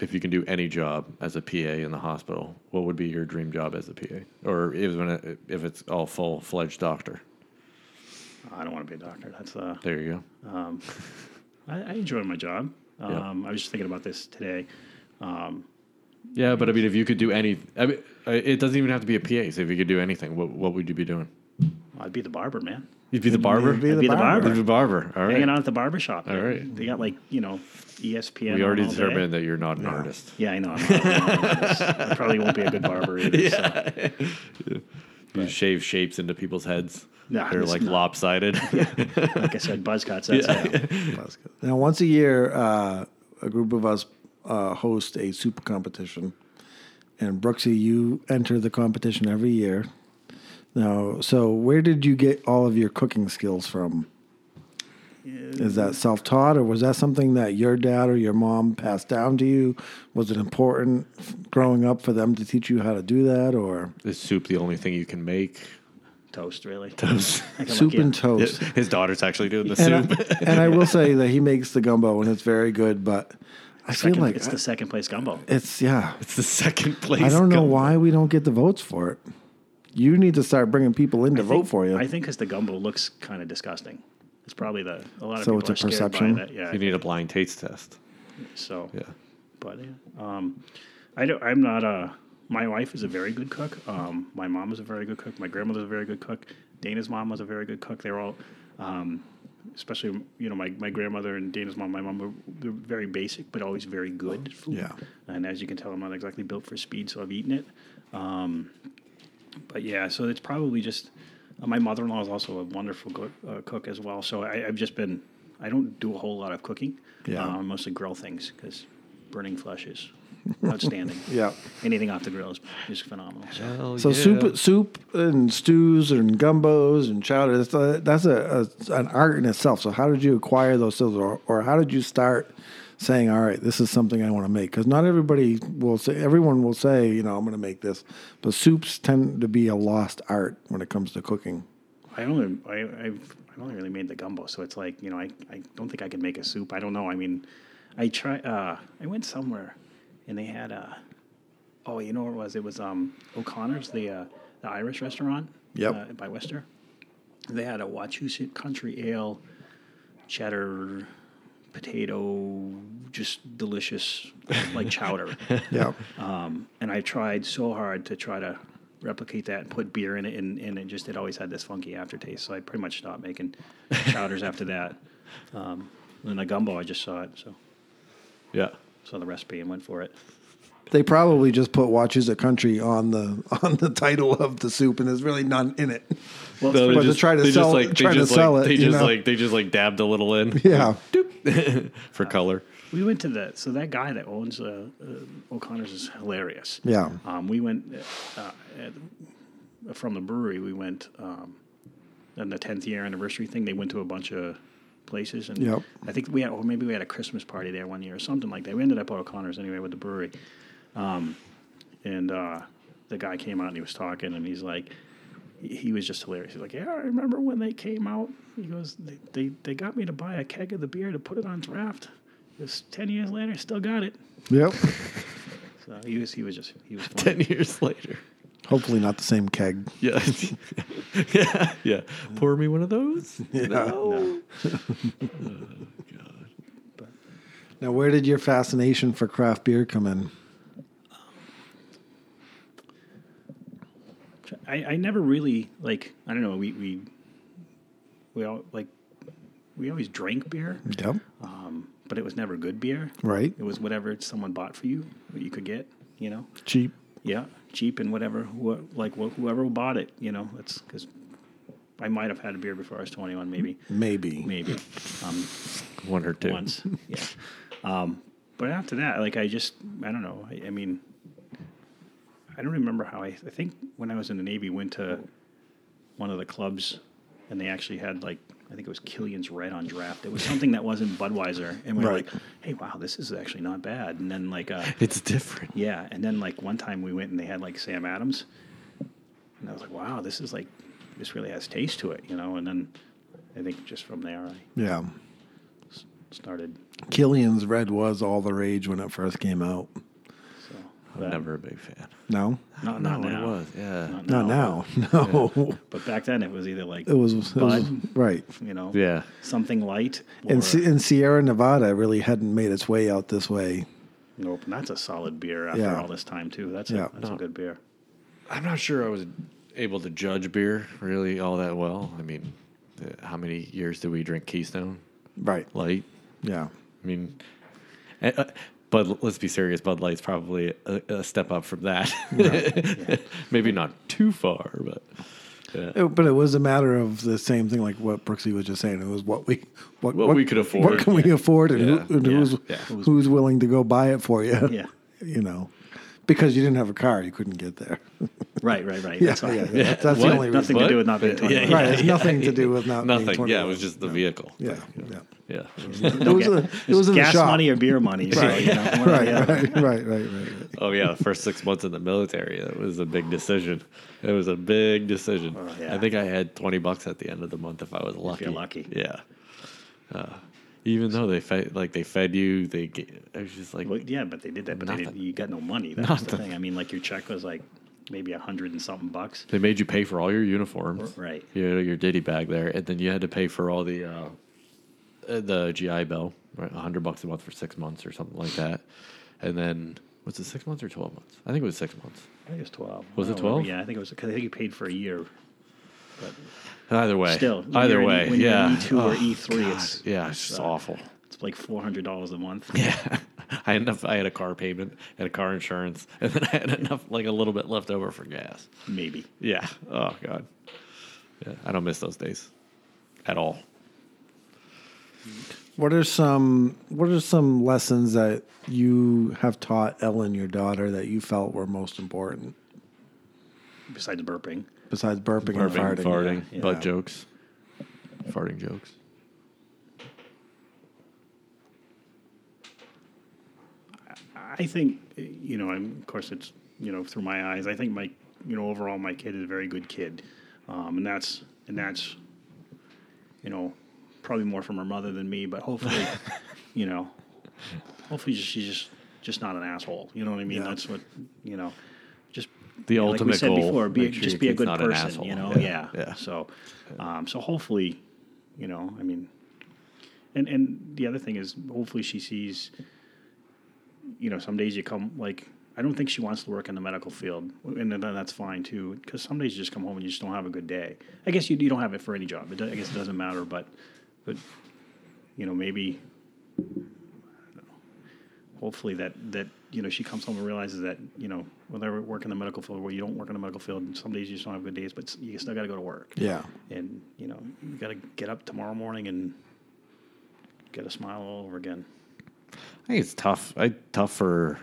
S1: if you can do any job as a PA in the hospital, what would be your dream job as a PA, or even a- if it's all full fledged doctor?
S4: I don't want to be a doctor. That's uh,
S1: There you go.
S4: I, I enjoy my job. Um, I was just thinking about this today.
S1: Yeah, but I mean, if you could do any, I mean, uh, it doesn't even have to be a PA. So if you could do anything, what what would you be doing?
S4: I'd be the barber, man.
S1: You'd be the barber.
S3: You'd be the
S4: be the
S3: barber.
S1: You'd be the barber. All
S4: Hanging
S1: right.
S4: out at the barber shop.
S1: All right.
S4: They got like you know E ESPN.
S1: We
S4: on
S1: already
S4: all day.
S1: determined that you're not an artist.
S4: Yeah, I know. I'm not, I'm not this. I probably won't be a good barber either. So.
S1: You shave shapes into people's heads.
S4: Nah,
S1: They're
S4: that's
S1: like
S4: not-
S1: lopsided.
S4: Like I said, buzz cuts. That's yeah.
S3: Now, once a year, uh, a group of us uh, host a super competition. And Brooksy, you enter the competition every year. Now, so where did you get all of your cooking skills from? Is that self taught, or was that something that your dad or your mom passed down to you? Was it important f- growing up for them to teach you how to do that, or
S1: Is soup the only thing you can make?
S4: toast, really.
S1: His
S4: I got
S3: soup
S4: lucky.
S3: and toast?
S1: daughter's actually doing the
S3: And
S1: soup.
S3: I, and I will say that he makes the gumbo, and it's very good, but I feel
S4: Second,
S3: like
S4: it's the second place gumbo.
S3: it's yeah,
S1: It's the second place.
S3: I don't know
S1: gum-
S3: why we don't get the votes for it. You need to start bringing people in to
S4: I
S3: vote
S4: think-
S3: for you.
S4: I think because the gumbo looks kind of disgusting. It's probably the a lot of
S3: So it's
S4: people
S3: a
S4: are scared
S3: perception?
S4: by that. Yeah,
S1: You need a blind taste test.
S4: so
S1: Yeah.
S4: but yeah, um, I don't. I'm not a. My wife is a very good cook. Um, my mom is a very good cook. My grandmother's a very good cook. Dana's mom was a very good cook. They're all, um, especially you know my, my grandmother and Dana's mom. My mom were they're very basic but always very good food.
S3: Yeah.
S4: And as you can tell, I'm not exactly built for speed, so I've eaten it. Um, but yeah, so it's probably just uh, my mother-in-law is also a wonderful go- uh, cook as well. So I, I've just been I don't do a whole lot of cooking.
S3: Yeah.
S4: Uh, mostly grill things because burning flesh is outstanding.
S3: yeah.
S4: Anything off the grill is just phenomenal. So.
S3: So soup, soup and stews and gumbos and chowder. That's a, that's a, a an art in itself. So how did you acquire those skills, or, or how did you start saying, "All right, this is something I want to make"? Because not everybody will say. Everyone will say, you know, I'm going to make this, but soups tend to be a lost art when it comes to cooking.
S4: I only I I've, I've only really made the gumbo, so it's like you know I I don't think I can make a soup. I don't know. I mean, I try. Uh, I went somewhere, and they had a. Oh, you know what it was? It was um O'Connor's, the uh, the Irish restaurant.
S3: Yep.
S4: Uh, by Wester, they had a Wachusett Country Ale, cheddar, potato, just delicious like chowder.
S3: Yeah,
S4: Um, and I tried so hard to try to replicate that and put beer in it, and, and it just it always had this funky aftertaste. So I pretty much stopped making chowders after that. Um, and the gumbo, I just saw it, so
S1: Yeah.
S4: saw the recipe and went for it.
S3: they probably just put "Watches a Country" on the on the title of the soup, and there's really none in it.
S4: Well,
S1: No,
S4: it's
S1: they
S3: But to try to
S1: they
S3: sell-
S1: like, they
S3: try to
S1: just,
S3: sell
S1: like,
S3: it,
S1: They
S3: you
S1: just
S3: know?
S1: like they just like dabbed a little in
S3: Yeah,
S1: for color.
S4: We went to the so that guy that owns uh, uh, O'Connor's is hilarious.
S3: Yeah.
S4: Um, we went uh, at, from the brewery. We went um, on the tenth year anniversary thing. They went to a bunch of places, and
S3: Yep.
S4: I think we had, or maybe we had a Christmas party there one year or something like that. We ended up at O'Connor's anyway with the brewery, um, and uh, the guy came out and he was talking, and he's like he was just hilarious. He's like, "Yeah, I remember when they came out." He goes, "They they, they got me to buy a keg of the beer to put it on draft. This ten years later, still got it."
S3: yep.
S4: So he was he was just he was funny.
S1: Ten years later.
S3: Hopefully, not the same keg.
S1: Yeah. yeah. Yeah. Pour me one of those. No.
S3: Now, where did your fascination for craft beer come in?
S4: I, I never really like I don't know we we we all like we always drank beer,
S3: Yep.
S4: but it was never good beer.
S3: Right.
S4: It was whatever someone bought for you that you could get. You know.
S3: Cheap.
S4: Yeah, cheap and whatever. Who, like wh- whoever bought it, you know. That's because I might have had a beer before I was twenty one, maybe.
S3: Maybe.
S4: Maybe. Um,
S1: One or two.
S4: once. yeah. Um, But after that, like I just, I don't know. I, I mean, I don't remember how I. I think when I was in the Navy, went to one of the clubs, and they actually had like I think it was Killian's Red on draft. It was something that wasn't Budweiser, and we were
S3: Right.
S4: like, "Hey, wow, this is actually not bad." And then like, uh,
S1: It's different.
S4: yeah, and then like one time we went and they had like Sam Adams, and I was like, "Wow, this is like this really has taste to it," you know. And then I think just from there I
S3: Yeah.
S4: started.
S3: Killian's Red was all the rage when it first came out.
S4: So
S1: I'm never a big fan.
S3: No?
S4: not not
S1: What
S4: now.
S1: it was, yeah.
S3: Not now. No.
S4: But back then it was either like
S3: It was, it was
S4: Bud?
S3: right.
S4: you know
S1: Yeah.
S4: something light or
S3: And, Si- and Sierra Nevada really hadn't made its way out this way.
S4: nope. And that's a solid beer after
S3: Yeah.
S4: all this time too. That's
S3: Yeah.
S4: a, that's a good beer.
S1: I'm not sure I was able to judge beer really all that well. I mean, uh, how many years did we drink Keystone
S3: Right.
S1: Light?
S3: Yeah.
S1: I mean, uh, uh, Bud. Let's be serious. Bud Light's probably a, a step up from that. Maybe not too far, but
S3: It- but it was a matter of the same thing, like what Brooksy was just saying. It was what we what,
S1: What we could afford,
S3: What can we afford, and,
S1: Yeah.
S3: who, and
S1: Yeah.
S3: who's
S1: Yeah.
S3: who's willing to go buy it for you?
S4: Yeah.
S3: you know, because you didn't have a car, you couldn't get there.
S4: Right, right, right.
S3: Yeah,
S4: That's
S3: yeah,
S4: all.
S3: yeah. That's, that's the
S1: What?
S3: only reason.
S4: Nothing to
S1: What?
S4: do with not being
S1: Yeah,
S4: 21.
S1: yeah,
S3: Right, it's nothing to do with not being
S1: nothing. Yeah, it
S3: 21.
S1: was just the vehicle.
S3: Yeah, yeah.
S1: Yeah.
S3: It was, a, it was in the
S4: gas
S3: shop.
S4: money or beer money. So, you know, one or
S3: right,
S4: the other.
S3: right, right, right, right.
S1: Oh yeah, the first six months in the military, that was a big decision. It was a big decision.
S4: yeah.
S1: I think I had twenty bucks at the end of the month if I was lucky.
S4: you're lucky.
S1: yeah. Uh, even though they fed, like they fed you, they ga- it was just like
S4: Well, yeah, but they did that. But they didn't,
S1: Nothing.
S4: you got no money. That was the thing. I mean, like your check was like maybe a hundred and something bucks.
S1: they made you pay for all your uniforms,
S4: Right.
S1: Your your ditty bag there, and then you had to pay for all the uh, uh, the GI Bill, right? hundred bucks a month for six months or something like that, and then was it six months or twelve months? I think it was six months.
S4: I think it was twelve.
S1: Was
S4: I
S1: it
S4: don't remember.
S1: 12?
S4: Yeah, I think it was. Cause I think you paid for a year.
S1: Either way,
S4: Still, when
S1: either
S4: you're in- E,
S1: way,
S4: when you're in
S1: yeah, Oh,
S4: E2 or E3,
S1: God,
S4: it's-
S1: yeah, it's just
S4: uh,
S1: awful.
S4: It's like four hundred dollars a month.
S1: Yeah, I had enough. I had a car payment and a car insurance, and then I had enough, like a little bit left over for gas.
S4: Maybe.
S1: Yeah. Oh God. Yeah, I don't miss those days at all.
S3: What are some What are some lessons that you have taught Ellen, your daughter, that you felt were most important
S4: Besides burping.
S3: besides burping, and farting?
S4: yeah, yeah.
S1: butt jokes, farting jokes.
S4: I think, you know, I'm, of course, it's, you know, through my eyes. I think my, you know, overall, my kid is a very good kid, um, and that's and that's, you know, probably more from her mother than me. But hopefully, you know, hopefully she's just just not an asshole. You know what I mean?
S3: Yeah.
S4: That's what you know. Just
S1: The
S4: yeah,
S1: ultimate
S4: like we said
S1: goal,
S4: before, be,
S1: make sure
S4: just
S1: your
S4: be a
S1: kid's
S4: good
S1: not an
S4: person.
S1: asshole.
S4: You know,
S1: Yeah,
S4: yeah.
S1: yeah.
S4: So, um, so hopefully, you know, I mean, and and the other thing is, hopefully, she sees you know, some days you come like I don't think she wants to work in the medical field, and then that's fine too. Because some days you just come home and you just don't have a good day. I guess you you don't have it for any job. It do, I guess it doesn't matter, but but you know maybe I don't know. hopefully that that you know she comes home and realizes that you know whether we work in the medical field or you don't work in the medical field, and some days you just don't have good days, but you still got to go to work.
S3: Yeah,
S4: And you know you got to get up tomorrow morning and get a smile all over again.
S1: I think it's tough. I tough for.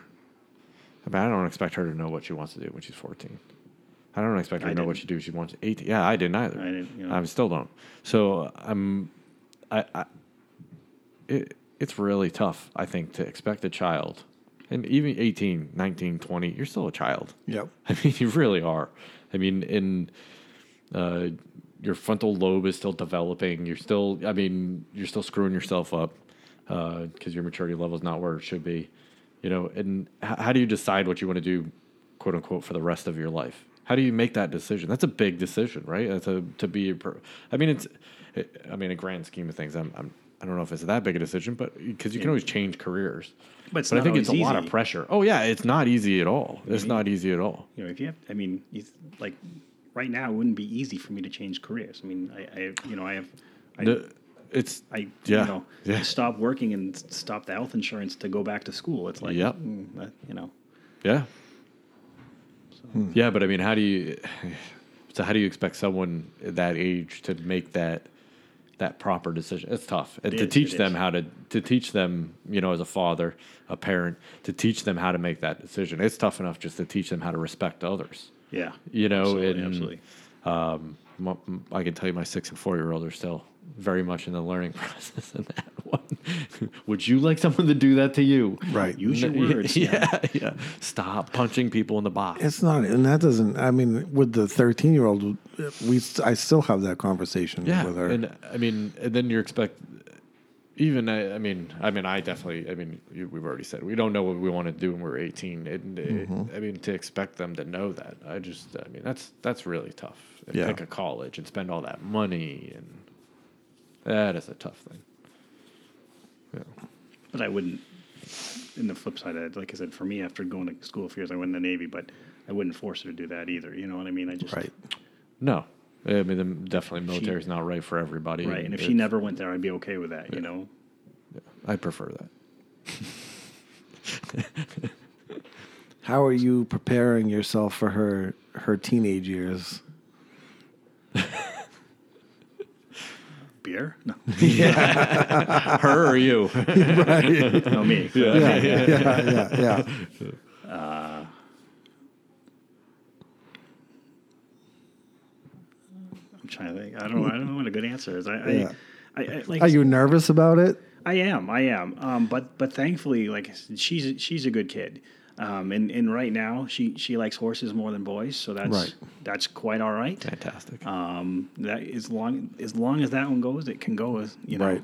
S1: I mean, I don't expect her to know what she wants to do when she's fourteen. I don't expect her
S4: I
S1: to know what
S4: didn't.
S1: she do. when She wants eighteen. Yeah, I didn't either.
S4: I didn't, you know.
S1: I still don't. So I'm. I. I it, it's really tough. I think to expect a child, and even 18, 19, 20, you're still a child.
S3: yep,
S1: I mean, you really are. I mean, in uh, your frontal lobe is still developing. You're still, I mean, you're still screwing yourself up because your maturity level is not where it should be. You know, and h- how do you decide what you want to do, quote unquote, for the rest of your life? How do you make that decision? That's a big decision, right? That's a, to be, a per- I mean, it's, I mean, in grand scheme of things, I'm, I'm, I don't know if it's that big a decision, but because you can always change careers.
S4: But it's
S1: I
S4: not
S1: think it's a
S4: always
S1: lot of
S4: easy. Mm-hmm.
S1: pressure. Oh yeah, it's not easy at all. It's not easy at all.
S4: you know, if you have, I mean, you th- like right now, it wouldn't be easy for me to change careers. I mean, I, I you know, I have, I,
S1: The- it's
S4: I
S1: yeah,
S4: you know,
S1: yeah.
S4: stop working and s- stop the health insurance to go back to school. It's like,
S1: Yep.
S4: mm, that- you know,
S1: yeah, Hmm. yeah. But I mean, how do you? So how do you expect someone at that age to make that that proper decision. It's tough And
S4: It
S1: to
S4: is,
S1: teach
S4: it
S1: them
S4: is.
S1: how to to teach them, you know, as a father, a parent, to teach them how to make that decision. It's tough enough just to teach them how to respect others.
S4: Yeah.
S1: You know,
S4: absolutely,
S1: and-
S4: absolutely.
S1: M- m- I can tell you, my six and four year old are still very much in the learning process in that one. Would you like someone to do that to you?
S3: Right.
S4: Use your words.
S1: Yeah, yeah. Stop punching people in the box.
S3: It's not, and that doesn't. I mean, with the thirteen-year-old, we I still have that conversation
S1: yeah,
S3: with her.
S1: and I mean, and then you expect. Even I, I mean, I mean, I definitely, I mean, you, we've already said we don't know what we want to do when we're eighteen, and it-
S3: Mm-hmm.
S1: I mean, to expect them to know that, I just, I mean, that's that's really tough. And
S3: Yeah.
S1: Pick a college and spend all that money, and that is a tough thing.
S4: But I wouldn't. In the flip side, I'd- like I said, for me, after going to school for years, I went in the Navy, but I wouldn't force her to do that either. You know what I mean? I just
S3: right.
S1: No, I mean, the, definitely military is not right for everybody.
S4: Right, and if she
S1: it's-
S4: never went there, I'd be okay with that. You know,
S1: I prefer that.
S3: How are you preparing yourself for her her teenage years?
S4: beer? No,
S1: Her or you?
S4: no me.
S3: Yeah, yeah, yeah, yeah.
S4: I'm trying to think. I don't. I don't know what a good answer is. I, I,
S3: Yeah.
S4: I, I like.
S3: Are you nervous about it?
S4: I am. I am. Um, but but thankfully, like I said, she's she's a good kid. Um, and, and right now she, she likes horses more than boys, so that's
S3: Right.
S4: that's quite all right.
S1: Fantastic.
S4: Um, that as long as long as that one goes, it can go. As, you know,
S3: Right.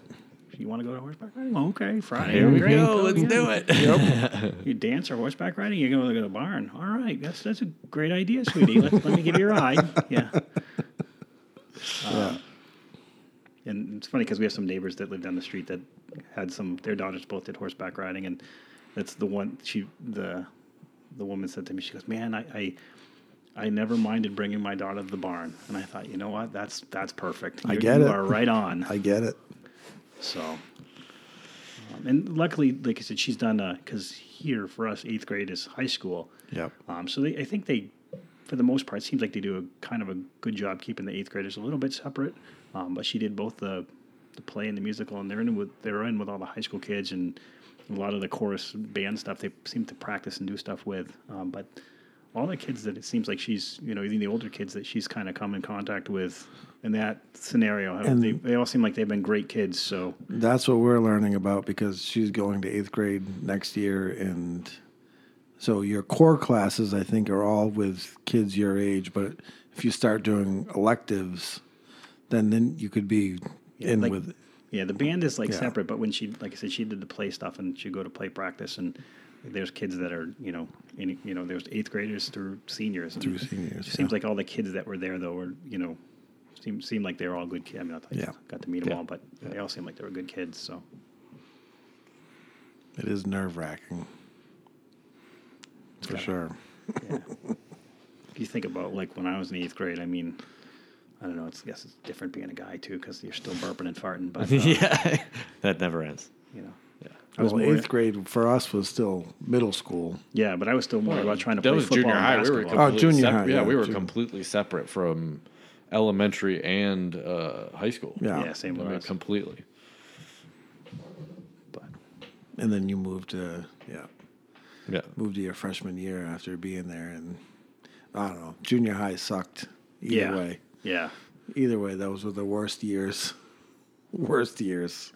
S4: you want to go to horseback riding? Well, okay, Friday.
S1: Here we
S4: Great,
S1: go. Let's
S4: yeah.
S1: do it.
S4: You dance or horseback riding? You're going to go to the barn. All right, that's that's a great idea, sweetie. Let, let me give you a ride. Yeah. Uh, and it's funny because we have some neighbors that live down the street that had some. Their daughters both did horseback riding, and that's the one. She the the woman said to me, she goes, "Man, I." I I never minded bringing my daughter to the barn, and I thought, you know what, that's that's perfect.
S3: I
S4: You're-
S3: get
S4: you
S3: it.
S4: are right on.
S3: I get it.
S4: So, um, and luckily, like I said, she's done because here for us, eighth grade is high school.
S3: Yep.
S4: Um, so they, I think they, for the most part, it seems like they do a kind of a good job keeping the eighth graders a little bit separate. Um, but she did both the, the play and the musical, and they're in with they're in with all the high school kids and a lot of the chorus band stuff. They seem to practice and do stuff with. Um, but all the kids that it seems like she's you know even the older kids that she's kind of come in contact with in that scenario, have-
S3: And-
S4: they, they all seem like they've been great kids. So
S3: That's what we're learning about because she's going to eighth grade next year, and so your core classes, I think, are all with kids your age. But if you start doing electives, then then you could be in
S4: like-
S3: with.
S4: Yeah, the band is like
S3: Yeah.
S4: separate, but when she, like I said, she did the play stuff and she'd go to play practice, and there's kids that are, you know, in, you know, there's eighth graders through seniors. and
S3: Through seniors,
S4: It seems
S3: yeah.
S4: like all the kids that were there though were, you know, seem seem like they're all good kids. I mean, I thought I
S3: Yeah.
S4: got to meet them
S1: Yeah.
S4: all, but they all seem like they were good kids. So
S3: It is nerve wracking, for sure.
S4: if you think about like when I was in eighth grade, I mean. I don't know. It's, I guess it's different being a guy too, because you're still burping and farting. But uh,
S1: yeah, that never ends.
S4: you know, I was
S3: Well,
S4: more-
S3: eighth grade for us was still middle school.
S4: yeah. But I was still more about trying to
S1: that
S4: play
S1: was
S4: football
S1: Oh, junior
S4: and
S1: high. We were completely sep-
S3: junior high,
S4: basketball.
S1: Yeah,
S3: yeah,
S1: we were
S3: junior-
S1: completely separate from elementary and uh, high school.
S3: Yeah.
S4: yeah, same
S1: I
S4: with
S1: mean,
S4: us.
S1: completely.
S4: but
S3: And then you moved to yeah,
S1: Yeah,
S3: moved to your freshman year after being there, and I don't know. Junior high sucked either
S4: yeah,
S3: way.
S4: yeah.
S3: Either way, those were the worst years. Worst years.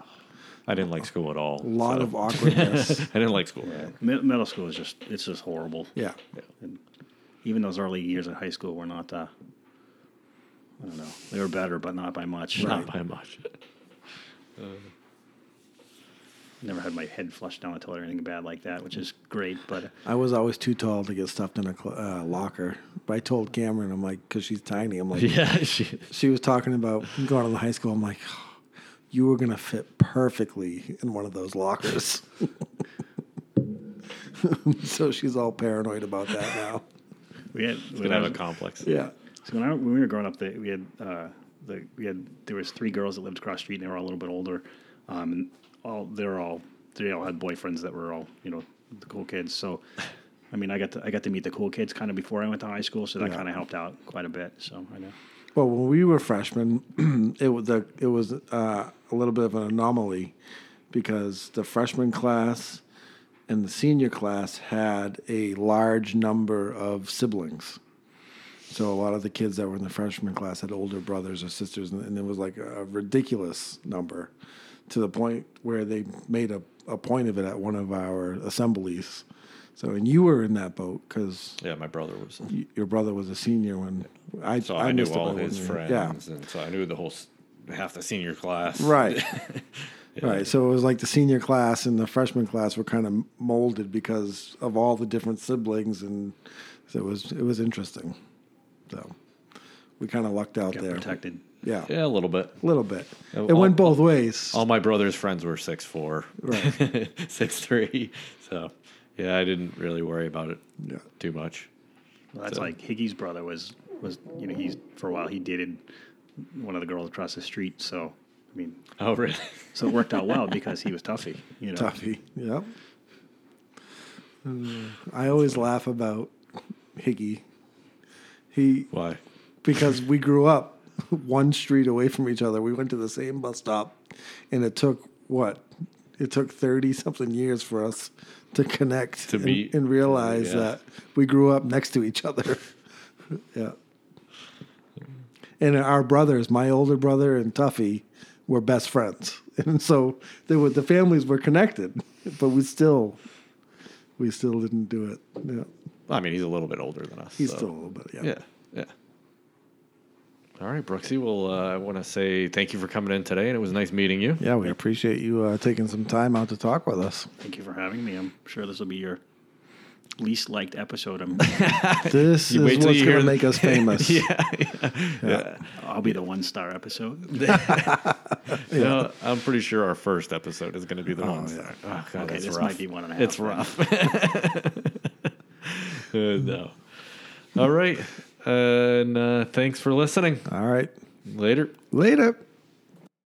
S1: I didn't like school at all.
S3: A lot of awkwardness.
S1: I didn't like school.
S4: Mid- middle school is just it's just horrible.
S3: yeah.
S4: And even those early years at high school were not. Uh, I don't know. They were better, but not by much.
S1: Not by much.
S4: Never had my head flushed down the toilet or anything bad like that, which is great. But
S3: I was always too tall to get stuffed in a cl- uh, locker. But I told Cameron, I'm like, because she's tiny. I'm like,
S1: Yeah, she,
S3: she was talking about going to high school. I'm like, "Oh, you were going to fit perfectly in one of those lockers. so she's all paranoid about that now.
S4: we had
S1: gonna have a complex.
S3: Yeah.
S4: So when, I, when we were growing up, the, we had uh, the we had there was three girls that lived across the street, and they were all a little bit older. Um, and all they're all they all had boyfriends that were all you know the cool kids. So, I mean, I got to I got to meet the cool kids kind of before I went to high school, so that
S3: Yeah.
S4: kind of helped out quite a bit. So I know
S3: Well, when we were freshmen, it was a, it was uh, a little bit of an anomaly because the freshman class and the senior class had a large number of siblings. So a lot of the kids that were in the freshman class had older brothers or sisters, and, and it was like a ridiculous number to the point where they made a, a point of it at one of our assemblies. So, and you were in that boat because
S1: Yeah, my brother was.
S3: your brother was a senior when I
S1: So I, knew
S3: missed it
S1: all
S3: by
S1: his
S3: one year.
S1: friends,
S3: Yeah,
S1: and so I knew the whole s- half the senior class.
S3: right. Right. So it was like the senior class and the freshman class were kind of molded because of all the different siblings, and so it was it was interesting. So we kind of lucked out
S4: Got
S3: there.
S4: protected.
S3: Yeah,
S1: Yeah, a little bit.
S3: a little bit.
S1: Uh,
S3: it went
S1: all-
S3: both ways.
S1: All my brother's friends were six four,
S3: Right.
S1: six three. So yeah, I didn't really worry about it
S3: Yeah.
S1: too much.
S4: Well, that's
S1: So-
S4: like Higgy's brother was was you know he's for a while he dated one of the girls across the street. So I mean,
S1: Oh really?
S4: so it worked out well because he was toughy. You know,
S3: Toffee. Yep. I always laugh about Higgy. He
S1: Why?
S3: because we grew up one street away from each other. We went to the same bus stop, and it took what? It took thirty something years for us to connect
S1: To
S3: and,
S1: meet.
S3: and realize
S1: Yeah.
S3: that we grew up next to each other. yeah. And our brothers, my older brother and Tuffy, were best friends, and so they were the families were connected, but we still, we still didn't do it. Yeah,
S1: I mean, he's a little bit older than us.
S3: he's
S1: so-
S3: still a little bit.
S1: Yeah, yeah. All right, Brooksy. Well, uh, I want to say thank you for coming in today, and it was nice meeting you.
S3: Yeah, we appreciate you uh, taking some time out to talk with us.
S4: Thank you for having me. I'm sure this will be your least liked episode. I'm,
S3: This
S1: You wait
S3: is
S1: till
S3: what's
S1: you
S3: going to
S1: hear-
S3: make us famous.
S4: I'll be the one star episode.
S1: You know, I'm pretty sure our first episode is going to be the one.
S3: yeah.
S1: Oh, God,
S4: Okay,
S1: that's
S4: this
S1: rough.
S4: might be one and a half.
S1: It's rough. Uh, no. All right. And uh, thanks for listening.
S3: All right.
S1: Later.
S3: Later.